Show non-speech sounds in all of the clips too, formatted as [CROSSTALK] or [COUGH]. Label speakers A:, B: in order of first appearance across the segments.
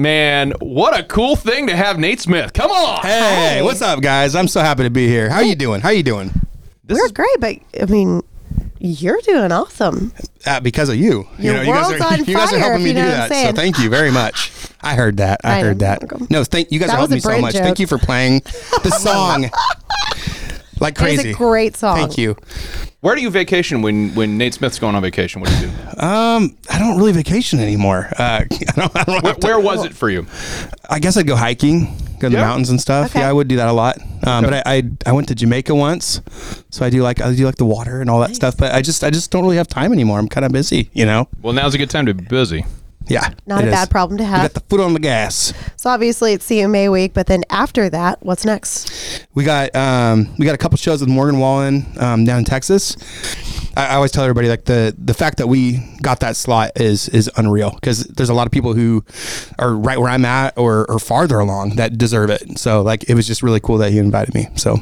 A: Man, what a cool thing to have Nate Smith. Come on.
B: Hey, what's up, guys? I'm so happy to be here. How you doing? How you doing?
A: This
C: We're
A: is-
C: great, but I mean, you're doing awesome.
B: Uh, because of you.
C: Your
B: you guys
C: world's
B: are, [LAUGHS]
C: on
B: you guys are
C: fire,
B: helping
C: if
B: me
C: you know
B: do
C: what
B: that.
C: I'm
B: So
C: saying.
B: thank you very much. I heard that. I,
C: I know,
B: heard that.
C: you're welcome.
B: No, thank you guys
C: That
B: helped
C: was a
B: me so
C: Brit
B: much.
C: joke.
B: Thank you for playing
C: [LAUGHS]
B: the song. like
C: It's
B: crazy.
C: a great song.
B: Thank you.
A: Where do you vacation when, when Nate Smith's going on vacation? What do
B: [LAUGHS]
A: you do?
B: Um, I don't really vacation anymore. Uh, [LAUGHS] I don't, I, don't
A: Where,
B: have to-
A: where was it for you?
B: I guess I'd go hiking, go to the
A: Yeah.
B: mountains and stuff.
C: Okay.
B: Yeah, I would do that a lot. Um, But I, I I went to Jamaica once, so I do like I do like the water and all that stuff. But I just I just don't really have time anymore. I'm kind of busy, you know.
A: Well, now's a good time to be busy.
B: Yeah,
C: Not
B: it
C: a
B: is.
C: bad problem to
B: We
C: have.
B: got the foot on the gas.
C: so obviously it's CMA week, but then after that, what's next?
B: We got um, we got a couple shows with Morgan Wallen um, down in Texas. I, I always tell everybody like the the fact that we got that slot is is unreal because there's a lot of people who are right where I'm at or or farther along that deserve it. So like it was just really cool that he invited me. So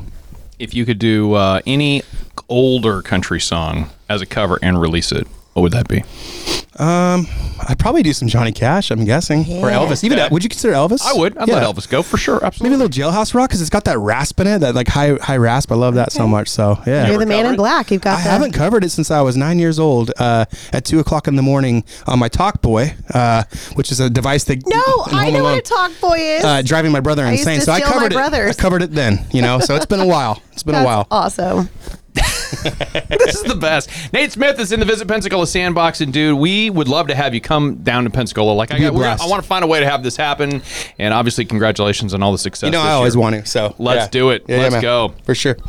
A: If you could do uh, any older country song as a cover and release it, what would that be?
B: um, I'd probably do some Johnny Cash. I'm guessing or
C: Yeah.
B: Elvis. Even
A: Okay.
B: would you consider Elvis?
A: I would. I'd
B: Yeah.
A: let Elvis go for sure.
B: Maybe a
A: Absolutely.
B: little jailhouse rock because it's got that rasp in it, that like high high rasp. I love that so much. So yeah,
C: You're the man
A: covered
C: in
A: it?
C: black. You've got
B: I
C: the-
B: haven't covered it since I was nine years old uh, at two o'clock in the morning on my Talk Boy, uh, which is a device that
C: No,
B: in
C: I
B: Home
C: know what
B: Alone,
C: a talk boy is.
B: uh, driving my brother
C: used
B: insane.
C: to
B: so I
C: steal my
B: covered it. I
C: brother's.
B: covered it then, you know. So it's
C: [LAUGHS]
B: been a while. It's been
C: That's
B: a while.
C: Awesome.
A: this is the best. Nate Smith is in the Visit Pensacola Sandbox, and dude, we would love to have you come down to Pensacola. Like I,
B: Be
A: got, we're gonna-
B: blessed.
A: I want to find a way to have this happen, and obviously, congratulations on all the success.
B: You know,
A: this
B: I always
A: year.
B: want to. So
A: Let's
B: yeah.
A: do it.
B: Yeah, yeah,
A: Let's
B: man.
A: go.
B: for sure.